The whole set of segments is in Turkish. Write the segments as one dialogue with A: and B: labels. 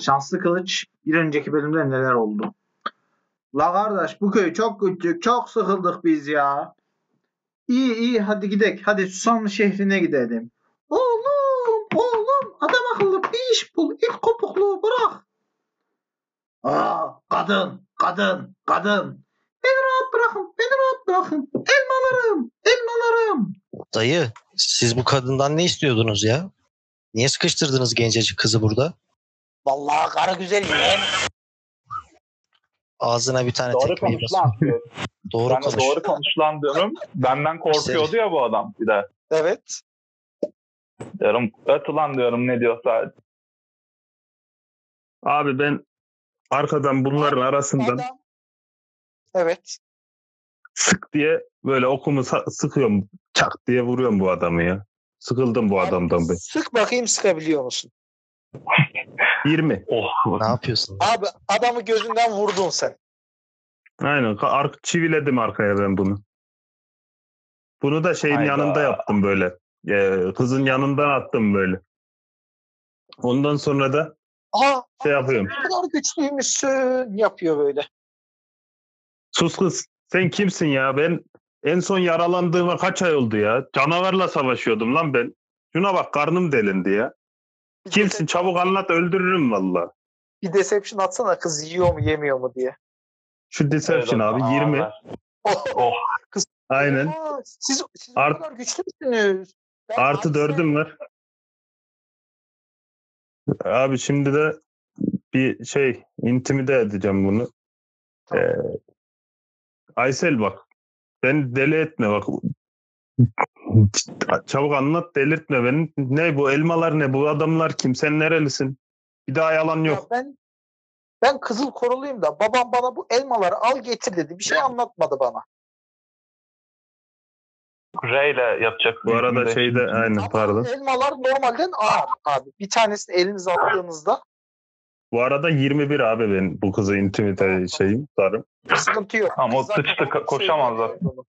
A: Şanslı Kılıç bir önceki bölümde neler oldu? La kardeş bu köy çok küçük, çok sıkıldık biz ya. İyi iyi hadi gidek, hadi Susamlı şehrine gidelim. Oğlum, oğlum adam akıllı bir iş bul, ilk kopukluğu bırak. Aa, kadın, kadın, kadın. Beni rahat bırakın, beni rahat bırakın. Elmalarım, elmalarım.
B: Dayı siz bu kadından ne istiyordunuz ya? Niye sıkıştırdınız gencecik kızı burada?
C: Vallahi kara güzel yeğen.
B: Ağzına bir tane
D: Doğru
B: tekmeyi
D: konuş lan.
B: basın. Doğru
D: ben de
B: konuş.
D: doğru konuş lan diyorum. Benden
E: Şey-
D: korkuyordu ya bu adam bir de.
C: Evet.
D: Diyorum öt ulan diyorum ne diyorsa.
E: Abi ben arkadan bunların arasından
C: Adam. Evet.
E: sık diye böyle okumu sa- sıkıyorum. Çak diye vuruyorum bu adamı ya. Sıkıldım bu adamdan ben.
C: Sık bakayım sıkabiliyor musun?
E: 20.
D: Oh.
B: Ne yapıyorsun?
C: Abi adamı gözünden vurdun sen.
E: Aynen. Ka- Ar- çiviledim arkaya ben bunu. Bunu da şeyin
D: Hayda.
E: yanında yaptım böyle. Ee, kızın yanından attım böyle. Ondan sonra da
C: Aa
E: şey yapıyorum.
C: ne kadar güçlüymüşsün yapıyor böyle.
E: Sus kız. Sen kimsin ya? Ben en son yaralandığıma kaç ay oldu ya? Canavarla savaşıyordum lan ben. Şuna bak karnım delindi ya.
C: Bir
E: Kimsin? Çabuk anlat öldürürüm valla.
C: dece- bir deception atsana kız yiyor mu yemiyor mu diye.
E: Şu Deception abi 20.
D: Oh.
E: Aynen.
C: Aa, siz, siz
E: Art-
C: ne kadar güçlüsünüz. Ben
E: Artı
C: abi-
E: dördüm var. Abi şimdi de bir şey intimide edeceğim bunu.
C: Tamam.
E: Ee, Aysel bak. Beni deli etme bak. Çabuk anlat delirtme beni. Ne bu elmalar ne bu adamlar kim sen nerelisin? Bir daha yalan
C: Ya
E: yok.
C: ben ben kızıl koruluyum da babam bana bu elmaları al getir dedi. Bir şey anlatmadı bana.
D: Ray'le yapacak.
E: Bu arada şey-
D: Şimdi.
E: şeyde aynen
C: Ama
E: pardon.
C: Elmalar normalden ağır abi. Bir tanesini elinize attığınızda
E: Bu arada 21 abi ben bu kızı intimide şeyim sarım.
C: sıkıntı yok.
D: Ama o
C: Kız zaten
D: sıçtı, ka-
C: şey
D: koşamaz zaten.
C: yapıyordu.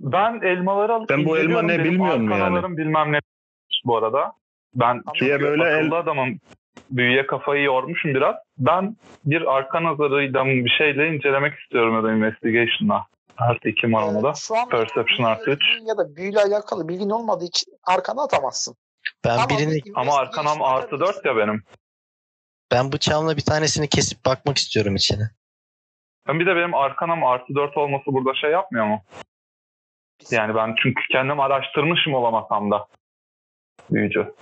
D: Ben elmaları alıp
E: Ben bu elma
D: inceliyorum
E: ne
D: dedim.
E: bilmiyorum
D: Arkan
E: yani.
D: alırım bilmem ne bu arada. Ben
C: Ama-
D: çünkü
E: Diye böyle
D: böyle
E: el-
D: akıllı adamım. Büyüye kafayı yormuşum biraz. Ben bir arka nazarıyla bir şeyle incelemek istiyorum ya da investigation'la. Artı iki malamada.
C: Ee, şu an
D: Perception artı üç.
C: Ya da büyüyle alakalı bilgin olmadığı için arkana atamazsın.
B: Ben
C: Ama
B: birini
C: bir
D: Ama arkanam
C: investigation
D: artı dört ya benim.
B: ben bıçağımla bir tanesini kesip bakmak istiyorum içine.
D: Ben bir de benim arkanam artı dört olması burada şey yapmıyor mu? Yani ben çünkü kendim araştırmışım olamasam da. Büyücü.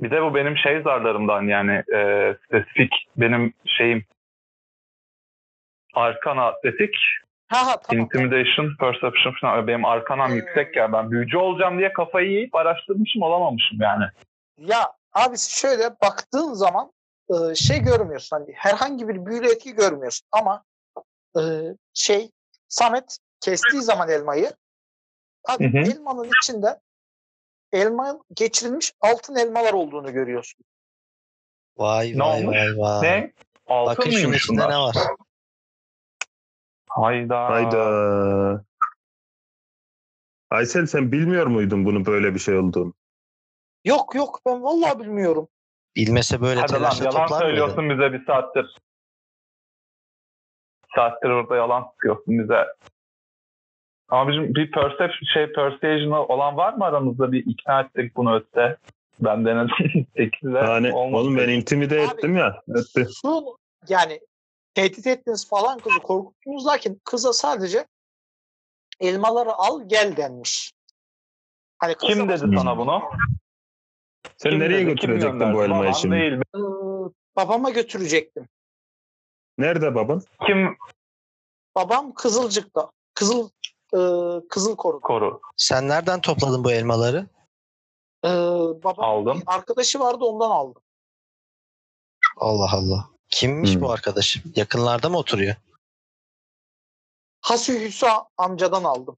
D: Bir de bu benim şey zarlarımdan yani e, spesifik benim şeyim. Arkana atletik,
C: Ha ha tamam.
D: intimidation, perception falan. Benim arkanam
C: Hmm.
D: yüksek ya. Ben büyücü olacağım diye kafayı yiyip araştırmışım olamamışım yani.
C: Ya abi şöyle baktığın zaman e, şey görmüyorsun hani herhangi bir büyülü etki görmüyorsun ama e, şey Samet kestiği zaman elmayı abi
D: Hı hı.
C: elmanın içinde elma geçirilmiş altın elmalar olduğunu görüyorsun.
B: Vay
D: Ne
B: vay
D: olmuş?
B: vay vay.
D: Ne? Altın
B: Bakın şunun
D: mıymış
B: içinde
D: bunlar?
B: ne var?
D: Hayda.
E: Hayda. Aysel sen bilmiyor muydun bunun böyle bir şey olduğunu?
C: Yok yok ben vallahi bilmiyorum.
B: Bilmese böyle
D: Hadi lan
B: telaşla
D: yalan
B: toplar mıydı?
D: söylüyorsun bize bir saattir. Bir Saattir orada yalan sıkıyorsun bize. Abicim bir perception şey persuasion olan var mı aramızda bir ikna ettik bunu öte. Ben denedim. Tekizde
E: Yani
D: olmadı.
E: Hani oğlum ben intimide
C: Abi.
E: ettim ya. Etti.
C: Su yani tehdit ettiniz falan kızı korkuttunuz lakin kıza sadece elmaları al gel denmiş. Hani kıza
D: Kim dedi
C: başka bir
D: sana
C: şey
D: bunu?
C: demiyor.
E: Sen
D: Kim
E: nereye
D: dedi, kim
E: götürecektin
D: gönderdi?
E: bu elmayı
D: Baban
E: şimdi?
D: Değil.
C: Ee, babama götürecektim.
E: Nerede baban?
D: Kim
C: Babam Kızılcık'ta. Kızıl e, Kızıl Koruk.
D: koru?
B: Sen nereden topladın bu elmaları?
C: E, babam
D: Aldım.
C: bir arkadaşı vardı ondan aldım.
B: Allah Allah. Kimmiş
E: Hmm.
B: bu arkadaş? Yakınlarda mı oturuyor?
C: Hasü Hüsa amcadan aldım.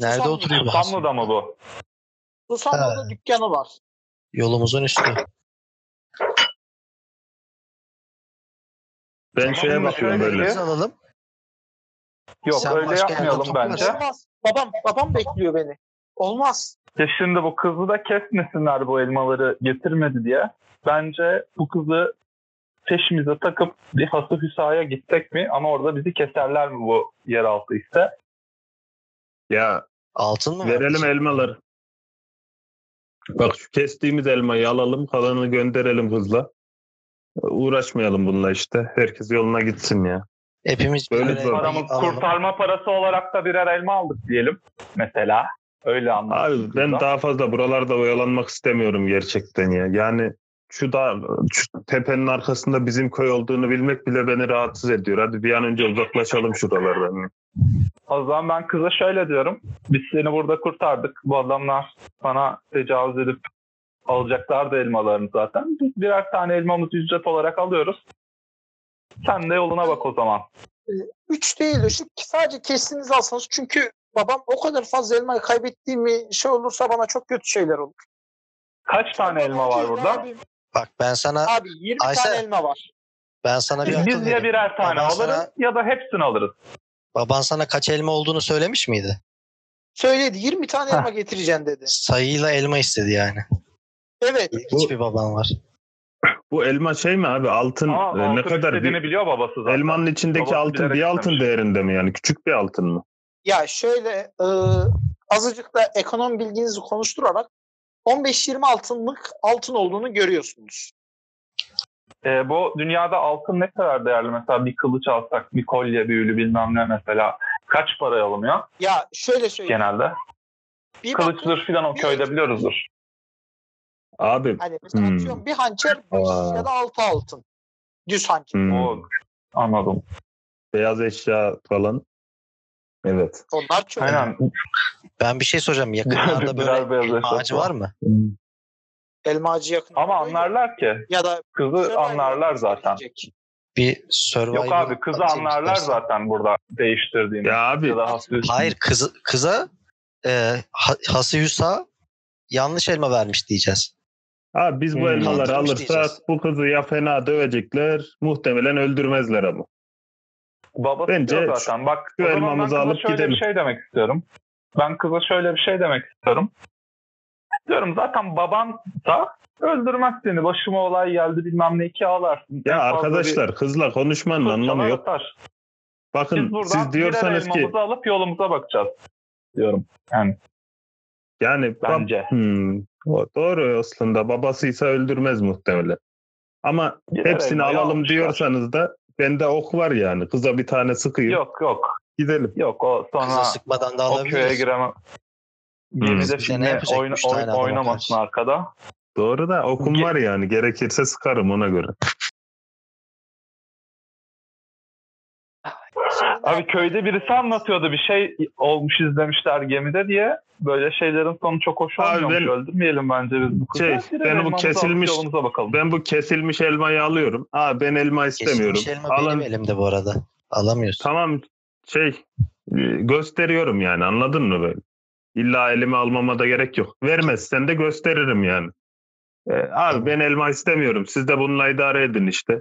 B: Nerede
C: Susamlı.
B: oturuyor bu Hasan?
D: Susamlı'da mı bu?
C: Susamlı'da da dükkanı var.
B: Yolumuzun üstü.
E: Ben
D: Tamam,
E: şeye
D: bunu
E: bakıyorum
D: şöyle
E: böyle.
B: Biz alalım.
D: Yok
B: Sen
D: öyle
B: başka yerden
D: yapmayalım bence.
B: toplarsın.
C: Olmaz. Babam, babam bekliyor beni. Olmaz.
D: Ya şimdi bu kızı da kesmesinler bu elmaları getirmedi diye. Bence bu kızı peşimize takıp bir hası hüsaya gitsek mi? Ama orada bizi keserler mi bu yeraltı ise?
E: Ya
B: Altın mı?
E: verelim elmaları. Bak şu kestiğimiz elmayı alalım kalanını gönderelim hızla. Uğraşmayalım bununla işte. Herkes yoluna gitsin ya.
B: Hepimiz
E: Böyle
B: birer
E: zor.
B: elmayı
D: Paramı,
B: alalım.
D: kurtarma parası olarak da birer elma aldık diyelim. Mesela. Öyle anladım.
E: Abi ben daha fazla buralarda oyalanmak istemiyorum gerçekten ya. Yani şu da şu tepenin arkasında bizim köy olduğunu bilmek bile beni rahatsız ediyor. Hadi bir an önce uzaklaşalım şuralardan.
D: O zaman ben kıza şöyle diyorum. Biz seni burada kurtardık. Bu adamlar sana tecavüz edip alacaklar da elmalarını zaten. Biz birer tane elmamızı ücret olarak alıyoruz. Sen de yoluna bak o zaman.
C: Üç değil de şu sadece kestiğinizi alsanız. Çünkü babam o kadar fazla elmayı kaybettiğimi şey olursa bana çok kötü şeyler olur.
D: Kaç tane elma var burada?
C: Abi,
B: Bak ben sana
C: abi 20
B: Aysel.
C: tane elma var.
B: ben sana bir
D: Biz,
B: akıl
D: ya
B: vereyim.
D: birer tane
B: Ben sana-
D: alırız ya da hepsini alırız.
B: Baban sana kaç elma olduğunu söylemiş miydi?
C: Söyledi 20 tane
D: Heh.
C: elma getireceğim dedi.
B: Sayıyla elma istedi yani.
C: Evet.
B: Hiçbir baban var.
E: Bu elma şey mi abi altın
D: Ama
E: e, ne
D: altın
E: kadar
D: istediğini
E: bir,
D: biliyor babası zaten.
E: elmanın içindeki
D: Babası
E: altın
D: bilerek
E: bir altın
D: istemiş.
E: değerinde mi yani küçük bir altın mı?
C: Ya şöyle e, azıcık da ekonomi bilginizi konuşturarak 15-20 altınlık altın olduğunu görüyorsunuz.
D: Ee, bu dünyada altın ne kadar değerli? Mesela bir kılıç alsak, bir kolye, bir ülü bilmem ne mesela. Kaç paraya alınıyor
C: Ya şöyle söyleyeyim.
D: genelde?
C: Bir bakın,
D: Kılıçtır filan o
C: bir-
D: köyde biliyoruzdur.
E: Abi
C: hani mesela
E: Hmm.
C: atıyorum bir hançer beş
E: Aa.
C: ya da 6 altın. Düz hançer.
E: hmm,
D: O, anladım.
E: beyaz eşya falan. Evet.
C: Onlar çok.
D: Aynen.
B: Ben bir şey soracağım. Yakınlarda böyle
D: Birer beyaz
B: elma
D: eşyası
B: ağacı var mı?
C: Elmacı yakın.
D: Ama anlarlar ki.
C: Ya da
D: Kızı
C: Survivor
D: anlarlar zaten.
C: gelecek.
B: Bir survivor
D: Yok abi kızı
B: atayım
D: anlarlar
B: istersen.
D: zaten burada değiştirdiğini.
E: Ya abi
D: Ya da hastayız.
B: Hayır kızı, kıza e, Ha- Hası Hüsa yanlış elma vermiş diyeceğiz.
E: abi biz bu
D: Hmm.
E: elmaları
B: Kandırmış
E: alırsak
B: diyeceğiz.
E: bu kızı ya fena dövecekler muhtemelen öldürmezler ama.
D: Babası
E: Bence
D: diyor zaten. Bak
E: şu
D: o zaman ben
E: elmamızı
D: kıza
E: alıp
D: şöyle
E: gidelim.
D: bir şey demek istiyorum. Ben kıza şöyle bir şey demek istiyorum. Diyorum zaten baban da öldürmez seni. Başıma olay geldi bilmem ne iki ağlarsın.
E: Ya
D: En fazla
E: arkadaşlar kızla
D: bir
E: konuşmanın anlamı
D: fırçalar
E: yok.
D: atar. Biz
E: Bakın
D: buradan
E: siz diyorsanız
D: birer
E: ki
D: elmamızı alıp yolumuza bakacağız diyorum. Yani
E: yani bab-
D: bence.
E: Hmm, o doğru aslında babasıysa öldürmez muhtemelen. Ama
D: Birer
E: hepsini
D: elmayı
E: alalım
D: almışlar.
E: diyorsanız da bende ok var yani. Kıza bir tane sıkayım
D: Yok yok.
E: gidelim.
D: Yok o
B: Kıza
D: sonra
B: sıkmadan da
D: o köye
B: alabiliriz.
D: giremem.
E: Bize
D: Gemide
E: Hmm.
B: ne
D: filmi
B: yapacak
D: oyna,
B: üç tane
D: oyn-
B: adama
D: oynamasın
B: karşı?
D: arkada.
E: Doğru da okum
D: Ge-
E: var yani gerekirse sıkarım ona göre.
C: Şimdi ne
D: Abi
C: yap-
D: köyde birisi anlatıyordu bir şey olmuş izlemişler gemide diye. Böyle şeylerin sonu çok hoş
E: Abi
D: olmuyormuş.
E: ben-
D: Öldürmeyelim bence biz bu kızı.
E: Şey,
D: Birer
E: ben bu
D: elmamızı alıp
E: kesilmiş-
D: Yolumuza bakalım.
E: Ben bu kesilmiş elmayı alıyorum. Aa ben elma istemiyorum.
B: Kesilmiş elma benim
E: Alın.
B: elimde bu arada. Alamıyorsun.
E: Tamam şey e, gösteriyorum yani anladın mı böyle? İlla elime almama da gerek yok. Vermezsen de gösteririm yani. E, abi
B: Tamam.
E: ben elma istemiyorum. Siz de bununla idare edin işte.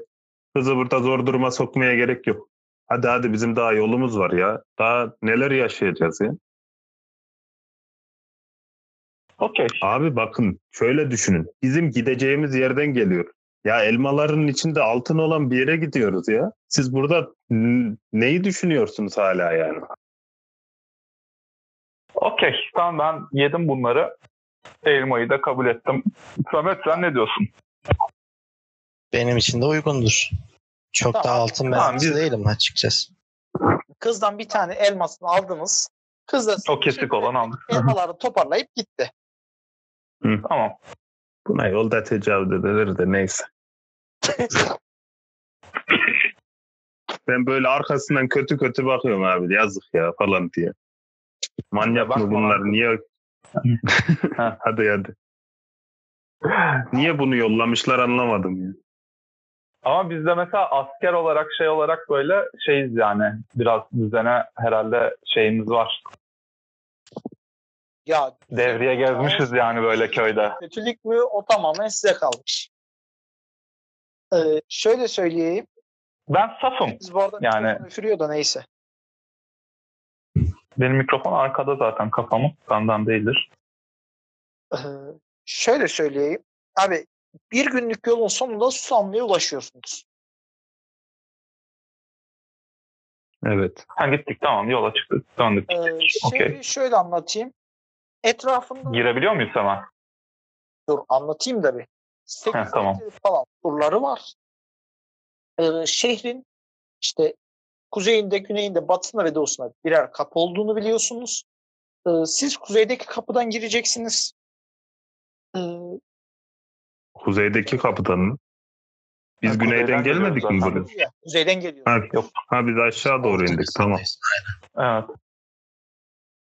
E: Kızı burada zor duruma sokmaya gerek yok. Hadi hadi bizim daha yolumuz var ya. Daha neler yaşayacağız ya.
D: Okey.
E: Abi bakın şöyle düşünün. Bizim gideceğimiz yerden geliyor. Ya elmaların içinde altın olan bir yere gidiyoruz ya. Siz burada n- neyi düşünüyorsunuz hala yani?
D: Okey. Tamam ben yedim bunları. Elmayı da kabul ettim. Samet sen ne diyorsun?
B: Benim için de uygundur. Çok da
C: Tamam.
B: altın
D: Tamam,
B: meraklısı
D: biz-
B: değilim açıkçası.
C: Kızdan bir tane elmasını aldınız. Kız da
D: O kesik olan aldık.
C: elmaları toparlayıp gitti.
D: Tamam.
E: Buna yolda tecavüz edilir de neyse. Ben böyle arkasından kötü kötü bakıyorum abi yazık ya falan diye. Manyak
D: Bakma
E: mı
D: lan.
E: bunlar niye?
D: Ha.
E: hadi hadi. Niye bunu yollamışlar anlamadım ya.
D: Ama biz de mesela asker olarak şey olarak böyle şeyiz yani. Biraz düzene herhalde şeyimiz var.
C: Ya
D: Devriye gezmişiz yani böyle köyde.
C: kötülük mü o tamamen size kalmış. Ee, şöyle söyleyeyim.
D: Ben safım.
C: Biz bu arada
D: Yani-
C: yani... üfürüyor da neyse.
D: Benim mikrofon arkada zaten kafamın. Benden değildir.
C: Ee, şöyle söyleyeyim. Abi bir günlük yolun sonunda Susamlı'ya ulaşıyorsunuz.
E: Evet.
D: Ha gittik tamam yola çıktık döndük.
C: Ee,
D: Okey.
C: şehri şöyle anlatayım. Etrafında
D: Girebiliyor muyuz hemen?
C: Dur anlatayım da bir. 8
D: Heh, tamam.
C: metre falan turları var. Ee, şehrin işte kuzeyinde, güneyinde, batısında ve doğusunda birer kapı olduğunu biliyorsunuz. Ee, siz kuzeydeki kapıdan gireceksiniz. Ee,
E: Kuzeydeki kapıdan mı? Biz
D: Ha,
E: güneyden
D: kuzeyden
E: gelmedik mi
D: geliyoruz
E: buraya?
D: zaten.
C: ya, kuzeyden geliyor.
E: Ha,
D: Yok.
E: ha biz aşağı doğru indik tamam.
D: Evet.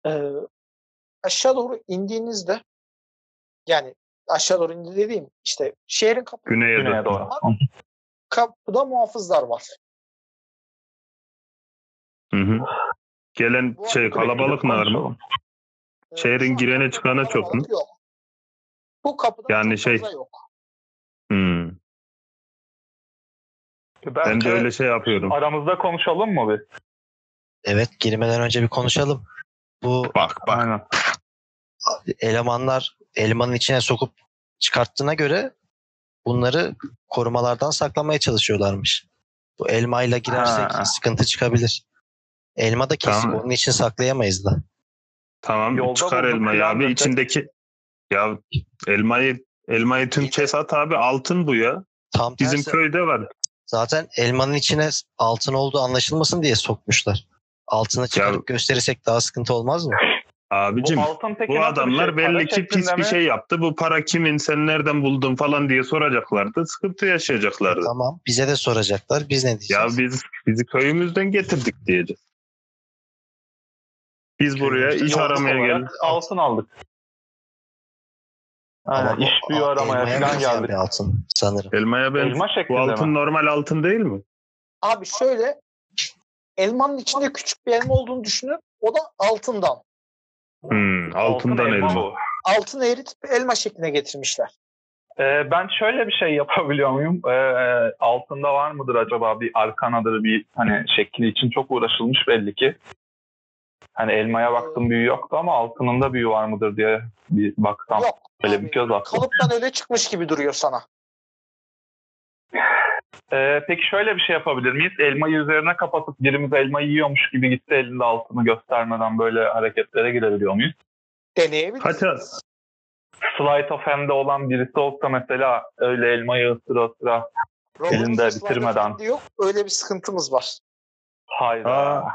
C: Ee, aşağı doğru indiğinizde yani aşağı doğru indi dediğim işte şehrin kapı,
E: Güneye,
D: Güneye
E: doğru.
D: doğru.
C: kapıda muhafızlar var.
E: Hı hı. Gelen
C: Bu
E: şey
C: arada
E: kalabalık mı var mı?
C: Ee,
E: Şehrin
C: şu an
E: girene
C: kapıda
E: çıkana çok
C: kalabalık Yok. Bu kapıda
E: Yani
C: çok fazla
E: şey-
C: yok.
E: Hı.
D: Belki
E: Ben de öyle şey yapıyorum.
D: aramızda konuşalım mı biz?
B: Evet girmeden önce bir konuşalım. Bu
E: Bak bak.
D: Aynen.
B: elemanlar elmanın içine sokup çıkarttığına göre bunları korumalardan saklamaya çalışıyorlarmış. Bu elmayla girersek
D: Ha.
B: sıkıntı çıkabilir. Elma da kesik
E: Tamam.
B: onun için saklayamayız da.
E: Tamam
D: Yolda
E: çıkar
D: bulduk
E: elmayı
D: filan
E: abi
D: dedi.
E: içindeki ya elmayı elmayı tüm kes at abi altın bu ya.
B: Tam
E: Bizim
B: tersi
E: köyde var.
B: zaten elmanın içine altın olduğu anlaşılmasın diye sokmuşlar. Altını çıkarıp gösterirsek daha sıkıntı olmaz mı?
E: Abicim
D: bu altın peki
E: bu,
D: nasıl bir
E: adamlar
D: şey? Para
E: belli ki pis
D: şeklinde
E: bir
D: mi?
E: şey yaptı. Bu para kimin sen nereden buldun falan diye soracaklardı. Sıkıntı yaşayacaklardı.
B: Tamam bize de soracaklar biz ne
E: Ya
B: diyeceğiz?
E: biz bizi köyümüzden getirdik diyeceğiz. Biz buraya iş
D: Yolculuk
E: aramaya
D: olarak
E: geldik.
D: Altın aldık.
B: Ama
D: Aynen, şey
B: bu
D: iş büyüğü
B: a-
D: aramaya
B: elmaya
D: falan
B: benzeyen
D: geldik.
B: bir altın sanırım.
E: Elmaya ben
D: Elma
E: bu
D: şeklinde
E: altın
D: mi?
E: normal altın değil mi?
C: Abi şöyle elmanın içinde küçük bir elma olduğunu düşünün. O da altından.
E: Hmm, altından
D: Altın
E: elma.
D: bu.
C: Altını eritip elma şekline getirmişler.
D: Ee, ben şöyle bir şey yapabiliyor muyum? Ee, altında var mıdır acaba bir arkanadır bir hani şekli için çok uğraşılmış belli ki. Hani elmaya baktım büyü yoktu ama altının da büyü var mıdır diye bir baktım.
C: Yok.
D: Böyle
C: abi,
D: bir göz attım.
C: Kalıptan öyle çıkmış gibi duruyor sana.
D: Ee, peki şöyle bir şey yapabilir miyiz? Elmayı üzerine kapatıp birimiz elmayı yiyormuş gibi gitti elinde altını göstermeden böyle hareketlere girebiliyor muyuz?
C: Deneyebilirsin.
E: Hatta
D: Sleight of hand'de olan birisi olsa mesela öyle elmayı ısıra ısıra
C: Robotumuz
D: elinde
C: var,
D: bitirmeden.
C: efendi Yok öyle bir sıkıntımız var.
D: hayda.
E: Aa,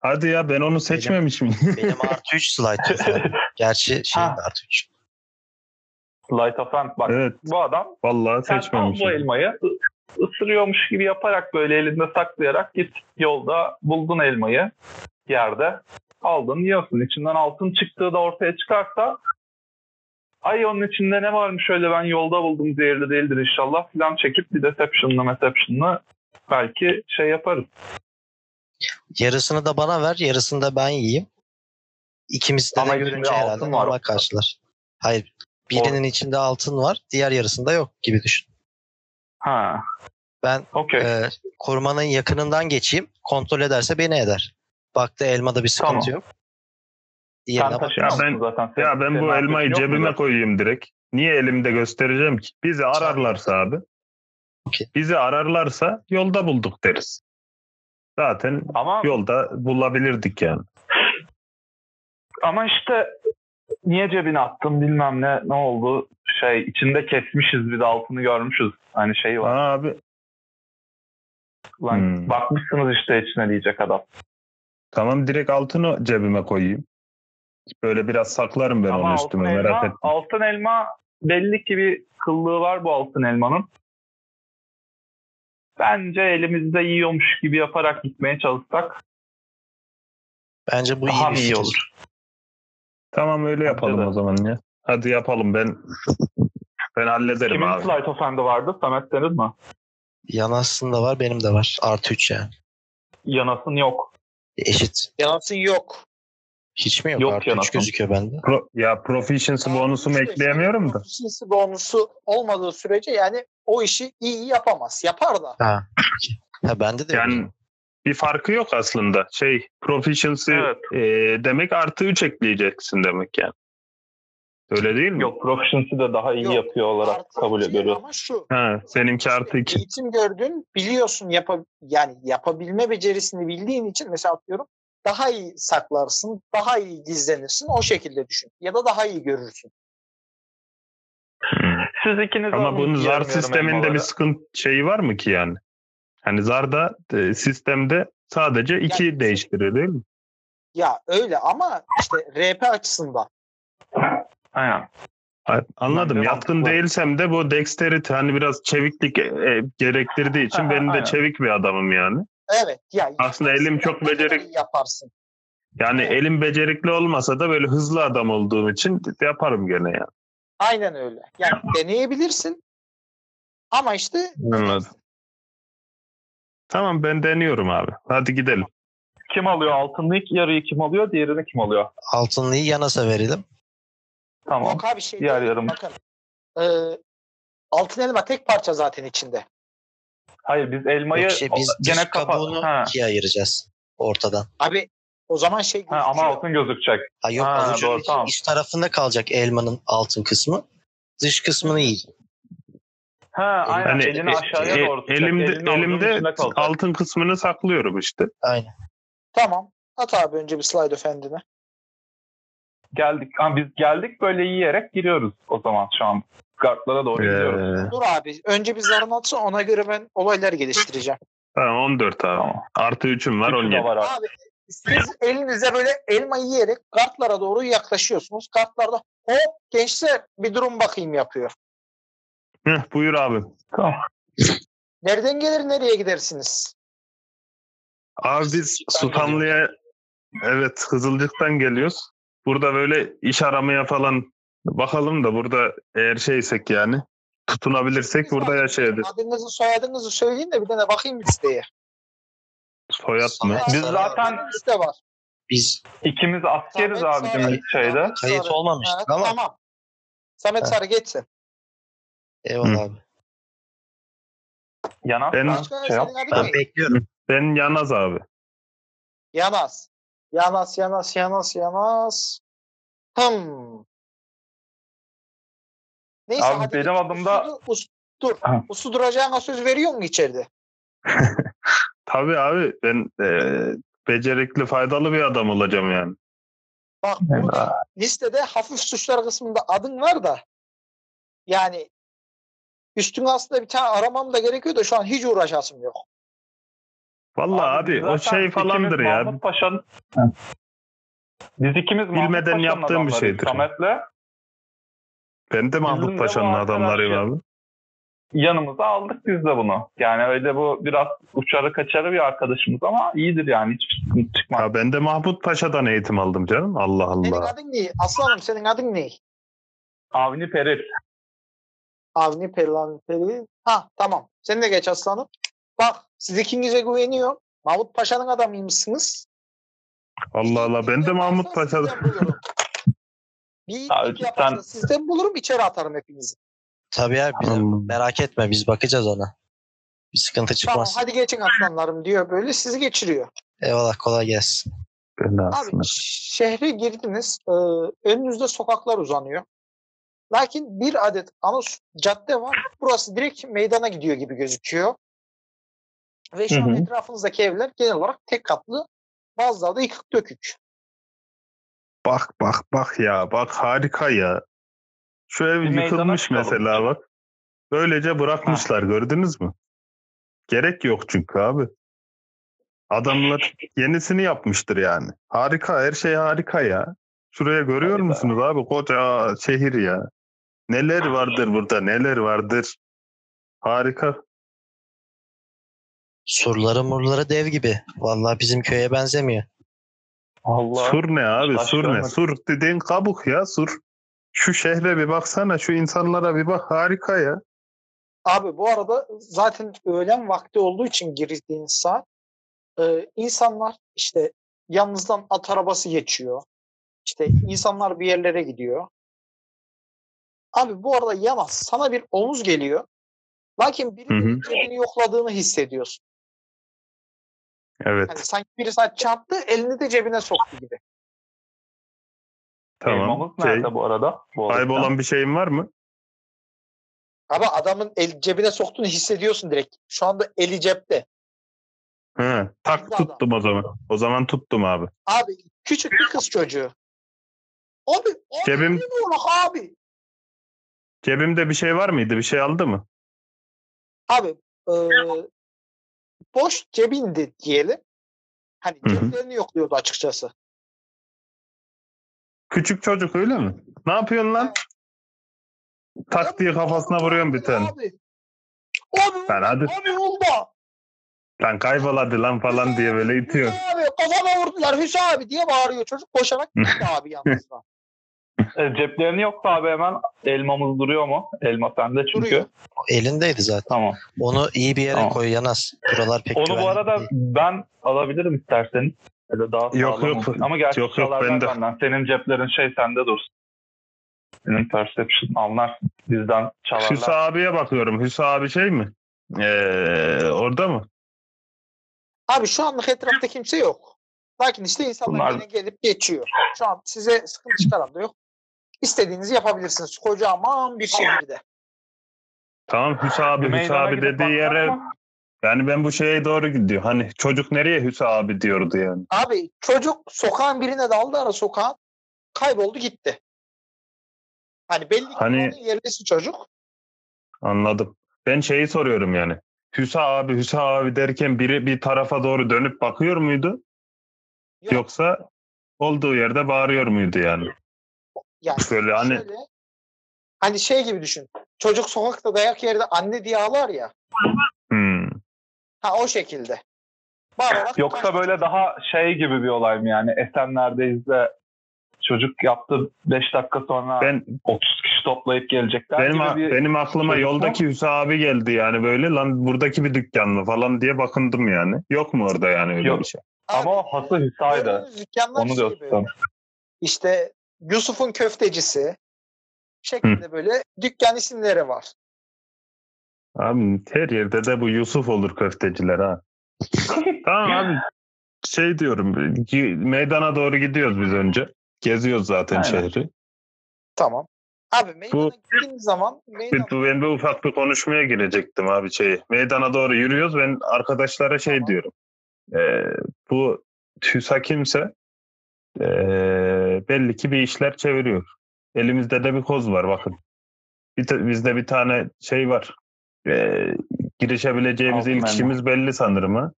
E: hadi ya ben onu seçmemişim.
B: Benim artı 3 slide. zaten. Gerçi şey
D: Ha.
B: artı 3.
D: Sleight of hand bak
E: evet
D: bu adam
E: vallahi
D: Sen al bu
E: seçmemişim.
D: elmayı ı- ısırıyormuş gibi yaparak böyle elinde saklayarak git yolda buldun elmayı yerde aldın yiyorsun. İçinden altın çıktığı da ortaya çıkarsa ay onun içinde ne varmış öyle ben yolda buldum değerli değildir inşallah filan çekip bir deception'la meception'la belki şey yaparız.
B: Yarısını da bana ver, yarısını da ben yiyeyim. İkimiz de
D: Ama
B: ne
D: içinde
B: görünce herhalde
D: altın var
B: normal
D: ortada.
B: karşılar. Hayır. Birinin içinde altın var, diğer yarısında yok gibi düşün.
D: Ha.
B: Ben-
D: Okey.
B: Ee, korumanın yakınından geçeyim. Kontrol ederse beni eder. Baktı elmada bir sıkıntı
D: Tamam.
B: yok.
D: Sen
B: Diğerine bak.
D: taşıyamazsın
E: Ya ben-
D: zaten. Senin-
E: Ya ben
D: senin
E: bu
D: arkadaşın
E: elmayı
D: yok mu
E: cebime
D: zaten?
E: koyayım direkt. Niye elimde göstereceğim ki? Bizi ararlarsa abi.
B: Okey.
E: Bizi ararlarsa yolda bulduk deriz. Zaten
D: Ama
E: yolda bulabilirdik yani.
D: ama işte niye cebine attın bilmem ne ne oldu şey içinde kesmişiz bir de altını görmüşüz hani şey var
E: Aa abi
D: lan
E: Hmm.
D: bakmışsınız işte içine diyecek adam
E: tamam direkt altını cebime koyayım. Böyle biraz saklarım ben
D: ama
E: onu
D: altın
E: üstüme merak
D: elma
E: etme.
D: altın elma belli ki bir kıllığı var bu altın elmanın bence elimizde yiyormuş gibi yaparak gitmeye çalışsak
B: Bence bu iyi
D: daha
B: bir şey.
D: iyi
B: fikir.
D: olur
E: Tamam öyle yapalım
D: de.
E: o zaman ya. Hadi yapalım ben ben hallederim
D: kimin
E: abi.
D: Slight of Hand'i vardı Samet denir mi?
B: Yanasın da var, benim de var. Artı 3 yani.
D: Yanasın yok.
B: Eşit.
C: Yansın yok.
B: Hiç mi yok?
D: Yok
B: artı 3
D: yanasın.
B: gözüküyor bende.
E: Pro- ya proficiency bonusumu
C: Şöyle,
E: ekleyemiyorum da.
C: Proficiency bonusu olmadığı sürece yani o işi iyi yapamaz. Yapar da.
B: Ha. Ha bende de yok.
E: Yani bir farkı yok aslında. Şey proficiency
D: Evet.
E: e, demek artı 3 ekleyeceksin demek yani. Öyle değil mi?
D: Yok proficiency de daha iyi
C: Yok, şey
D: yapıyor olarak
C: Artı
D: kabul
C: iki
D: ediyoruz.
C: Ama şu.
E: Ha, seninki artı 2.
C: Eğitim gördün, biliyorsun yapa, yani yapabilme becerisini bildiğin için mesela atıyorum daha iyi saklarsın, daha iyi gizlenirsin o şekilde düşün. Ya da daha iyi görürsün.
D: Siz ikiniz
E: Ama
D: alın,
E: bunun zar
D: yiyemiyorum
E: sisteminde bir
D: elmaları.
E: sıkıntı şeyi var mı ki yani? Hani zarda e, sistemde sadece 2
C: Yani-
E: değiştiriyor değil mi?
C: Ya öyle ama işte RP açısından.
D: Aynen.
E: Ha, Anladım.
D: Bence
E: Yatkın
D: mantıklı.
E: değilsem de bu dexterity hani biraz çeviklik e, e, gerektirdiği için
D: Aha,
E: benim de
D: aynen.
E: çevik bir adamım yani.
C: Evet. Ya
E: Aslında elim çok
C: ne kadar
E: becerik-
C: iyi yaparsın.
E: Yani
C: Evet.
E: elim becerikli olmasa da böyle hızlı adam olduğum için yaparım gene yani.
C: Aynen öyle. Yani deneyebilirsin ama işte
E: Anladım. Tamam ben deniyorum abi. Hadi gidelim.
D: Kim alıyor altınlı ilk yarıyı kim alıyor diğerini kim alıyor?
B: Altınlıyı Yanas'a verelim.
D: Tamam.
C: Yok abi şey
D: Diğer
C: değil.
D: yarım.
C: Bakın. E, altın elma tek parça zaten içinde.
D: Hayır biz elmayı
B: Yok şey, biz, biz
D: gene kapa-
B: kabuğunu
D: Ha.
B: ikiye ayıracağız ortadan.
C: Abi o zaman şey
D: Ha, ama
C: gözüküyor.
D: altın gözükecek.
B: Ha yok
D: Ha,
B: avucunun
D: doğru, tamam.
B: iç tarafında kalacak elmanın altın kısmı. Dış kısmını yiyin.
D: Ha aynen
E: Hani
D: elini
B: e-
D: aşağıya
E: E,
D: doğru tutacak.
E: elimde
D: Elini avucunun
E: elimde
D: içine kalacak.
E: altın kısmını saklıyorum işte.
B: Aynen.
C: Tamam. At abi önce bir slide efendine.
D: Geldik. Ha, biz geldik böyle yiyerek giriyoruz o zaman şu an. Kartlara doğru gidiyoruz.
E: Ee,
C: Dur abi. Önce bir zarını atsın ona göre ben olaylar geliştireceğim.
E: tamam 14 abi.
D: Tamam.
E: Artı 3'üm var
D: Üçü de
E: 17.
D: var abi.
C: abi siz elinize böyle elma yiyerek kartlara doğru yaklaşıyorsunuz. Kartlarda hop gençler bir durum bakayım yapıyor.
E: Heh, buyur abi.
D: Tamam.
C: Nereden gelir nereye gidersiniz?
E: Abi biz Sultanlı'ya evet Kızılcık'tan geliyoruz. Burada böyle iş aramaya falan bakalım da burada eğer şeysek yani tutunabilirsek burada yaşayabiliriz.
C: Adınızı soyadınızı söyleyin de bir tane bakayım listeye.
E: Soyad mı?
B: Sana-
D: Biz
B: sana-
D: zaten-
C: Bir liste var.
B: biz
D: İkimiz askeriz
C: Ahmet
D: abicim
C: Sarı.
D: biz şeyde.
C: Ahmet
B: kayıt
C: Sarı.
B: olmamıştık
C: Evet,
B: ama
C: Tamam. Samet
B: Ha.
C: Sarı geçsin.
B: eyvallah
E: Hı.
B: abi.
D: Yanak
E: Ben-
D: ben,
C: Başka
D: şey yap.
C: senin adın
B: Ben
C: ne?
B: bekliyorum.
E: Ben Yanaz abi.
C: Yanas. Yanas, Yanas, Yanas, Yanas. Hım. Neyse
D: Abi
C: hadi
D: benim
C: git.
D: adımda-
C: Usudu- us- dur.
D: Ha.
C: Usu duracağına söz veriyor mu içeride?
E: Tabii abi ben eee, becerikli faydalı bir adam olacağım yani.
C: Bak burada listede hafif suçlar kısmında adın var da yani üstüne aslında bir tane aramam da gerekiyor da şu an hiç uğraşasım yok.
E: Vallahi abi,
D: biz
E: o
D: zaten
E: şey falandır
D: ikimiz
E: ya.
D: Mahmut Paşa'nın biz ikimiz Mahmut
E: Bilmeden
D: Paşa'nın
E: yaptığım bir
D: adamlarıyız.
E: şeydir.
D: Samet'le
E: Ben de
D: Bizim de
E: Mahmut
D: bu
E: Paşa'nın
D: arkadaş
E: adamlarıyım
D: ya.
E: abi.
D: yanımıza aldık biz de bunu. Yani öyle bu biraz uçarı kaçarı bir arkadaşımız ama iyidir yani hiçbir sıkıntı çıkmaz.
E: Ya ben de Mahmut Paşa'dan eğitim aldım canım. Allah
C: Senin
E: Allah.
C: adın ne? Aslanım senin adın ne?
D: Avni Peril.
C: Avni Perilan Peri. Ha tamam. Sen de geç aslanım. Bak siz ikinize güveniyor. Mahmut Paşa'nın adamıymışsınız.
E: Allah Allah. Ben de
C: İyilik
E: Mahmut
C: yaparsa
E: Paşa'dan.
C: sizden bulurum. Bir
D: Abi
C: iyilik
D: cidden-
C: yaparsa sizden bulurum içeri atarım hepinizi.
B: Tabii abi biz- merak etme biz bakacağız ona. Bir sıkıntı
C: Tamam
B: çıkmaz.
C: hadi geçin aslanlarım diyor böyle sizi geçiriyor.
B: Eyvallah kolay gelsin.
E: Ben de
C: Abi
E: aslında.
C: şehre girdiniz. Ee, önünüzde sokaklar uzanıyor. Lakin bir adet ana s- cadde var. Burası direkt meydana gidiyor gibi gözüküyor. Ve şu
D: Hı
C: an
D: hı.
C: etrafınızdaki evler genel olarak tek katlı. Bazıları da yıkık dökük.
E: Bak bak bak ya bak harika ya. Şu ev
D: Bir meydana
E: yıkılmış
D: çıkalım.
E: mesela bak. Böylece bırakmışlar gördünüz mü? Gerek yok çünkü abi. Adamlar yenisini yapmıştır yani. Harika her şey harika ya. Şuraya görüyor
D: Tabii be.
E: musunuz abi koca şehir ya. Neler vardır burada neler vardır. Harika.
B: Surları murları dev gibi. Vallahi bizim köye benzemiyor.
D: Allah.
E: Sur ne abi
D: Taş
E: sur ne?
D: görmedim.
E: Sur dediğin kabuk ya sur. Şu şehre bir baksana şu insanlara bir bak harika ya.
C: Abi bu arada zaten öğlen vakti olduğu için girdiğin saat e, insanlar işte yalnızdan at arabası geçiyor. İşte insanlar bir yerlere gidiyor. Abi bu arada Yamaz sana bir omuz geliyor. Lakin
E: Hı
C: birinin
E: hı.
C: cebini yokladığını hissediyorsun.
E: Evet
C: Hani sanki birisi aç çarptı elini de cebine soktu gibi.
E: tamam.
D: Elmamız
E: Şey,
D: nerede bu arada? Bu arada.
E: kaybolan bir şeyin var mı?
C: Ama adamın el, cebine soktuğunu hissediyorsun direkt. Şu anda eli cepte.
E: He, tak tuttum o zaman. O zaman tuttum abi.
C: Abi küçük bir kız çocuğu. Abi, abi
E: Cebim-
C: ne diyorsun abi?
E: Cebimde bir şey var mıydı? Bir şey aldı mı?
C: Abi eee, boş cebindi diyelim. Hani
E: Hı hı.
C: ceplerini yokluyordu açıkçası.
E: Küçük çocuk öyle mi? Ne yapıyorsun lan? Tak diye kafasına vuruyorum bir tane.
C: Abi. Abi,
E: Ben hadi
C: abi ulda.
E: lan kaybol hadi lan falan diye böyle itiyor.
C: Hüsnü abi kafama vurdular Hüsnü abi diye bağırıyor çocuk koşarak gitti abi yanımızda.
D: E, ceplerini yoksa abi hemen elmamız duruyor mu? Elma sende çünkü.
C: Duruyor.
B: O elindeydi zaten.
D: Tamam.
B: Onu iyi bir yere
D: Tamam.
B: koy Yanas. Buralar pek
D: Onu
B: güvenli
D: bu arada
B: değil.
D: ben alabilirim isterseniz. Ya da daha sağlam
E: Yok, yok.
D: olsun. Ama gerçi
E: Yok, yok,
D: şuralar ben
E: bende.
D: benden. Senin ceplerin şey sende dursun. Senin perception anlar. Bizden çalarlar.
E: Hüsa abiye bakıyorum. Hüsa abi şey mi? Ee, orada mı?
C: Abi şu anlık etrafta kimse yok. Lakin işte insanlar
D: Bunlar-
C: yine gelip geçiyor. Şu an size sıkıntı çıkaran da yok. İstediğinizi yapabilirsiniz. Kocaman bir şehirde.
E: Tamam Hüsa abi. Hüsa
D: Meydana
E: abi
D: gidip
E: dediği
D: baktılar
E: yere
D: mı?
E: yani ben bu şeye doğru gidiyor. Hani çocuk nereye Hüsa abi diyordu yani.
C: Abi çocuk sokağın birine daldı ara sokağın. Kayboldu gitti. Hani belli ki
E: Hani-
C: hani... yerlisi çocuk.
E: Anladım. Ben şeyi soruyorum yani. Hüsa abi Hüsa abi derken biri bir tarafa doğru dönüp bakıyor muydu?
C: Yok.
E: Yoksa olduğu yerde bağırıyor muydu yani?
C: Yani
E: Böyle hani
C: şöyle, hani şey gibi düşün. Çocuk sokakta dayak yerde anne diye ağlar ya.
E: hmm.
C: Ha o şekilde. Bağırarak
D: Yoksa böyle daha şey gibi bir olay mı yani? Esenler'deyiz de çocuk yaptı 5 dakika sonra
E: ben
D: 30 kişi toplayıp gelecekler
E: benim
D: gibi bir
E: benim aklıma
D: çocuk
E: yoldaki Hüsa abi geldi yani böyle lan buradaki bir dükkan mı falan diye bakındım yani. Yok mu orada yani öyle
D: Yok.
E: bir şey?
D: ama o hası Hüsa'ydı.
C: gördüğünüz dükkanlar
D: Onu
C: şey
D: diyorsun.
C: böyle. İşte Yusuf'un köftecisi şeklinde böyle dükkan isimleri var.
E: Abi her yerde de bu Yusuf olur köfteciler ha. tamam abi şey diyorum y- meydana doğru gidiyoruz biz önce. Geziyoruz zaten
D: Aynen.
E: şehri.
C: Tamam. Abi meydana
E: Bu-
C: gittiğiniz zaman
E: Bir,
C: meydan
E: ben bir ufak bir konuşmaya girecektim abi şeyi. Meydana doğru yürüyoruz. Ben arkadaşlara şey
C: Tamam.
E: diyorum. Ee, bu TÜSA kimse ee, belli ki bir işler çeviriyor. Elimizde de bir koz var bakın. Bir ta- bizde bir tane şey var. Ee, girişebileceğimiz
D: Altın
E: ilk
D: elma.
E: işimiz belli sanırım ha.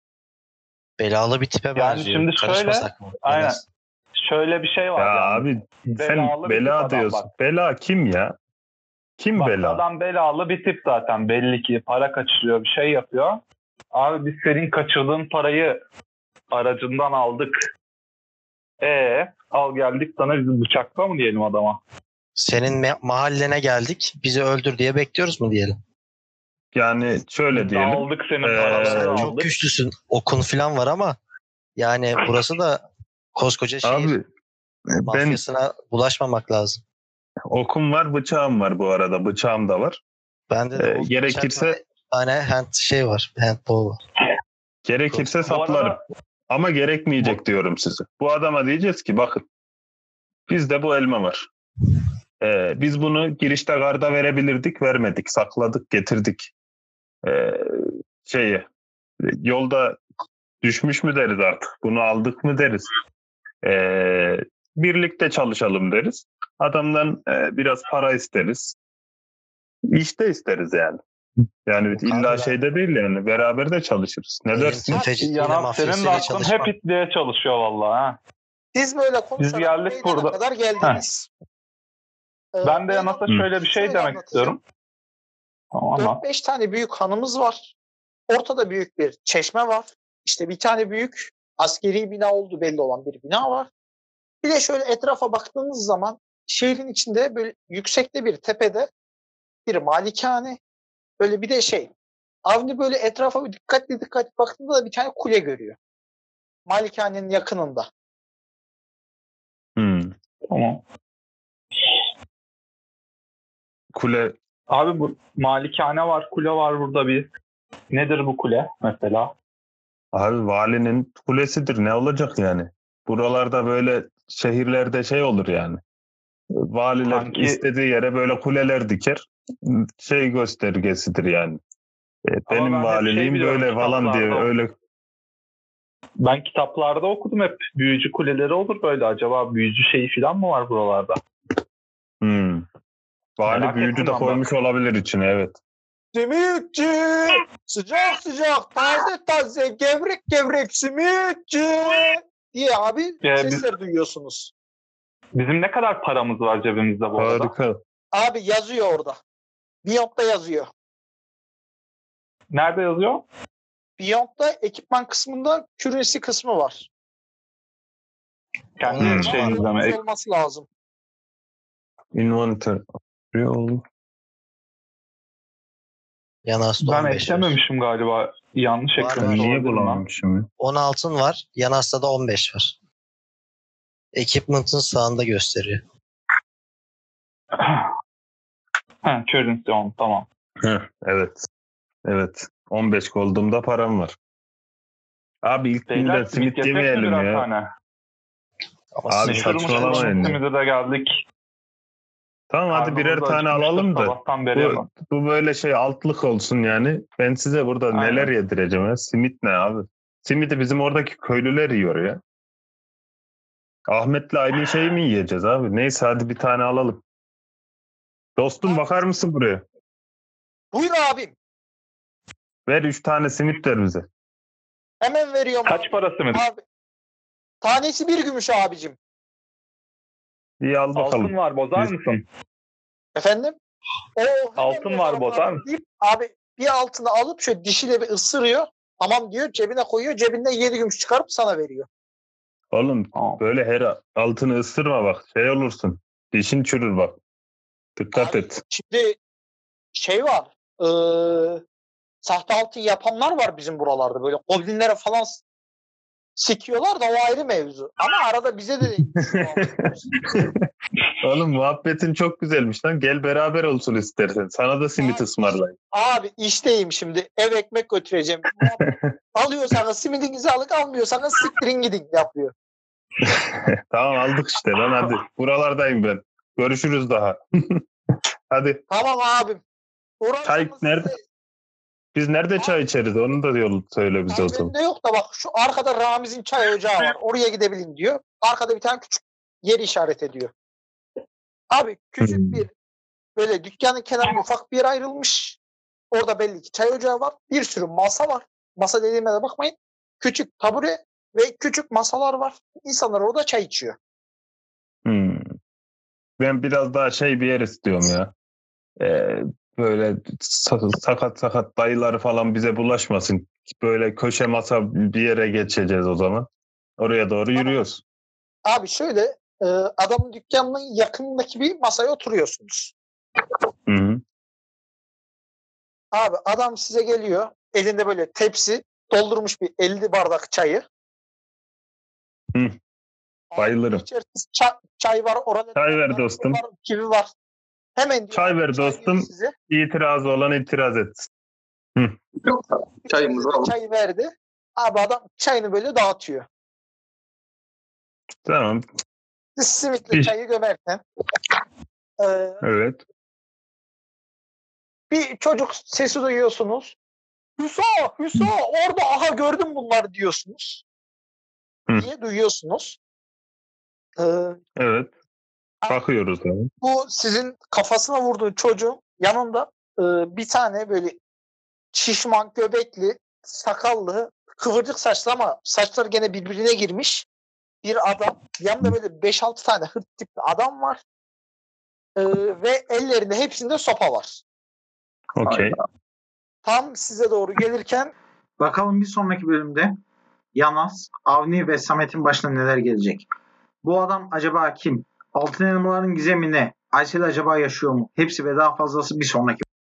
B: Belalı bir tipe benziyor.
D: şimdi şöyle-
B: Karışmasak mı?
D: Aynen.
B: Yanas?
D: Şöyle bir şey var.
E: Ya
D: yani.
E: abi
D: Belalı
E: sen
D: bir
E: bela
D: tip adam
E: diyorsun.
D: bak.
E: Bela kim ya? Kim
D: Bak,
E: bela?
D: Adam belalı bir tip zaten belli ki. Para kaçırıyor bir şey yapıyor. Abi biz senin kaçırdığın parayı aracından aldık. E al geldik sana bizi bıçakla mı diyelim adama?
B: Senin me- mahallene geldik. Bizi öldür diye bekliyoruz mu diyelim?
E: Yani şöyle
D: Biz
E: diyelim.
D: Aldık senin
E: Ee,
D: paralarını
E: Çok
B: Çok
D: aldık.
B: güçlüsün. Okun falan var ama yani burası da koskoca
D: şey
B: şehir.
E: Abi ben
B: Mafyasına bulaşmamak lazım.
E: Okum var, bıçağım var bu arada. Bıçağım da var.
B: Bende de
E: Ee,
B: bu
E: gerekirse-
B: bıçak ve bir tane hand şey var. Handball var.
E: Gerekirse
D: Bu
E: saplarım.
D: arada
E: Ama gerekmeyecek diyorum size. Bu adama diyeceğiz ki bakın bizde bu elma var. Ee, biz bunu girişte garda verebilirdik, vermedik. Sakladık, getirdik. Ee, şeyi yolda düşmüş mü deriz artık? Bunu aldık mı deriz? Ee, birlikte çalışalım deriz. Adamdan e, biraz para isteriz. İşte isteriz yani. Yani illa şey
B: Abi-
E: şeyde değil yani. Beraber de çalışırız. Ne
B: Benim
E: dersin?
B: tefecisiyle,
D: yanan senin de
B: mafyasıyla
D: aklın
B: çalışmam.
D: hep itliğe çalışıyor vallahi. Ha.
C: Siz böyle konuşarak
D: geldik
C: meydana
D: burada.
C: kadar geldiniz. Ee,
D: Ben de
C: meydan-
D: Yanat'a
E: Hı.
D: şöyle bir şey
C: Şöyle
D: demek
C: anlatacağım.
D: istiyorum. Tamam ama
C: 4-5 tane büyük hanımız var. Ortada büyük bir çeşme var. İşte bir tane büyük askeri bina olduğu belli olan bir bina var. Bir de şöyle etrafa baktığınız zaman şehrin içinde böyle yüksekte bir tepede bir malikane. Böyle bir de şey Avni böyle etrafa bir dikkatli dikkatli baktığında da bir tane kule görüyor. Malikanenin yakınında.
E: Hmm.
D: tamam.
E: Kule
D: Abi bu malikane var, kule var burada bir. Nedir bu kule mesela?
E: Abi valinin kulesidir ne olacak yani? Buralarda böyle şehirlerde şey olur yani. Valiler
D: Sanki-
E: istediği yere böyle kuleler diker. Şey göstergesidir yani. E,
D: Ama
E: benim
D: ben hep şey
E: valiliğim
D: biliyorum,
E: böyle falan diye
D: kitaplarda
E: öyle
D: Ben kitaplarda okudum hep büyücü kuleleri olur böyle. Acaba büyücü şeyi falan mı var buralarda?
E: Hmm. Vali
D: Merak
E: büyücü
D: ettim
E: de
D: ben
E: koymuş olabilir içine evet.
C: Simitçi! Sıcak sıcak, taze taze, gevrek gevrek simitçi! diye abi
D: Ya
C: sesler duyuyorsunuz.
D: Bizim ne kadar paramız var cebimizde bu arada?
E: Harika.
C: Abi yazıyor orada. Beyond'da yazıyor.
D: Nerede yazıyor?
C: Beyond'da ekipman kısmında küresi kısmı var.
D: Kendi
B: Hmm.
D: şeyinizde mi? Ek-
C: olması lazım.
E: Inventor. Real.
B: Yanasta
D: Ben
B: 15 var.
D: eklememişim galiba. Yanlış
B: Var,
D: eklemiş
B: var.
E: Niye
D: olabilirim ben.
E: kullanmışım?
B: 16'ın var. Yanasta da 15 var. Equipment'ın sağında gösteriyor.
D: Ha, currency on tamam.
E: Heh, evet. Evet. 15 gold'umda param var. Abi ilk
D: Beyler
E: günde
D: simit
E: simit
D: yesek mi
E: yemeyelim
D: birer
E: ya.
D: tane?
B: Ama
E: Abi
B: sizin-
D: Meşhur
E: saçmalamayın
D: mısır
E: ya.
D: simidi de geldik.
E: Tamam hadi birer
D: Karnımız
E: tane
D: acıkmıştır
E: alalım da.
D: Sabahtan beri.
E: Bu- Bu böyle şey altlık olsun yani. Ben size burada
D: Aynen.
E: neler yedireceğim ya. Simit ne abi? Simidi bizim oradaki köylüler yiyor ya. Ahmet'le aynı şeyi mi yiyeceğiz abi? Neyse hadi bir tane alalım. Dostum bakar mısın buraya?
C: Buyur abim.
E: Ver üç tane simit ver bize.
C: Hemen veriyorum
D: Kaç para simit?
C: abi. abi. Tanesi bir gümüş abicim.
E: İyi al bakalım.
D: Altın var bozar
E: Biz-
D: mısın?
C: Efendim? O hemen
D: Altın
C: bu
D: var,
C: tarafa
D: bozar
C: abi
D: mısın?
C: deyip Abi bir altını alıp şöyle dişiyle bir ısırıyor. Tamam diyor cebine koyuyor. Cebinden yedi gümüş çıkarıp sana veriyor.
E: Oğlum
D: Tamam.
E: böyle her altını ısırma bak. Şey olursun. Dişin çürür bak. Dikkat
C: Abi,
E: et.
C: Şimdi şey var. Ee, sahte altın yapanlar var bizim buralarda. Böyle goblinlere falan s- sikiyorlar da o ayrı mevzu. Ama arada bize de
E: Oğlum muhabbetin çok güzelmiş lan. Gel beraber olsun istersen. Sana da simit
C: Abi,
E: ısmarlayayım.
C: Abi işteyim şimdi. Ev ekmek götüreceğim. Alıyorsanız simidinizi alın almıyorsanız siktirin gidin yapıyor.
E: Tamam aldık işte lan hadi. Buralardayım ben. Görüşürüz daha. hadi
C: Tamam abim. Uğraşsanız
E: Çay
C: size-
E: nerede? biz nerede çay içeriz? Onu da yol söyle bize o
C: Abi
E: zaman.
C: önünde yok da bak şu arkada Ramiz'in çay ocağı var. Oraya gidebilin diyor. Arkada bir tane küçük yer işaret ediyor. Abi küçük
E: Hmm.
C: bir böyle dükkanın kenarında ufak bir yer ayrılmış. Orada belli ki çay ocağı var. Bir sürü masa var. Masa dediğime de bakmayın. Küçük tabure ve küçük masalar var. İnsanlar orada çay içiyor.
E: Hmm. Ben biraz daha şey bir yer istiyorum ya. Ee, böyle sa- sakat sakat dayıları falan bize bulaşmasın. Böyle köşe masa bir yere geçeceğiz o zaman. Oraya doğru yürüyoruz.
C: Abi şöyle e, adamın dükkanının yakınındaki bir masaya oturuyorsunuz.
E: Hı hı.
C: Abi adam size geliyor. Elinde böyle tepsi doldurmuş bir 50 bardak çayı.
E: Hı.
C: Abi
E: Bayılırım.
C: içerisinde Çay, çay var orada.
E: Çay ver
C: var,
E: dostum.
C: Var, kivi var. Hemen diyor,
E: Çay ver
C: gelir
E: dostum.
C: Size.
E: İtirazı olan itiraz etsin.
F: Yok abi, çayımızı alalım.
C: Çayı verdi. Abi adam çayını böyle dağıtıyor.
E: Tamam.
C: Siz simitle
E: Bir-
C: çayı gömerken e,
E: Evet.
C: bir çocuk sesi duyuyorsunuz. Hüso, Hüso orada aha gördüm bunlar diyorsunuz.
E: Hı.
C: Niye duyuyorsunuz? Ee,
E: Evet. Bakıyoruz. abi.
C: bu sizin kafasına vurduğu çocuğun yanında e, bir tane böyle şişman göbekli sakallı kıvırcık saçlı ama saçları gene birbirine girmiş bir adam. Yanında böyle 5-6 tane hırt tipli adam var. E, ve ellerinde hepsinde sopa var.
E: Okey.
C: Tam size doğru gelirken
A: Bakalım bir sonraki bölümde Yanas, Avni ve Samet'in başına neler gelecek? Bu adam acaba kim? Altın elmaların gizemi ne? Aysel acaba yaşıyor mu? Hepsi ve daha fazlası bir sonraki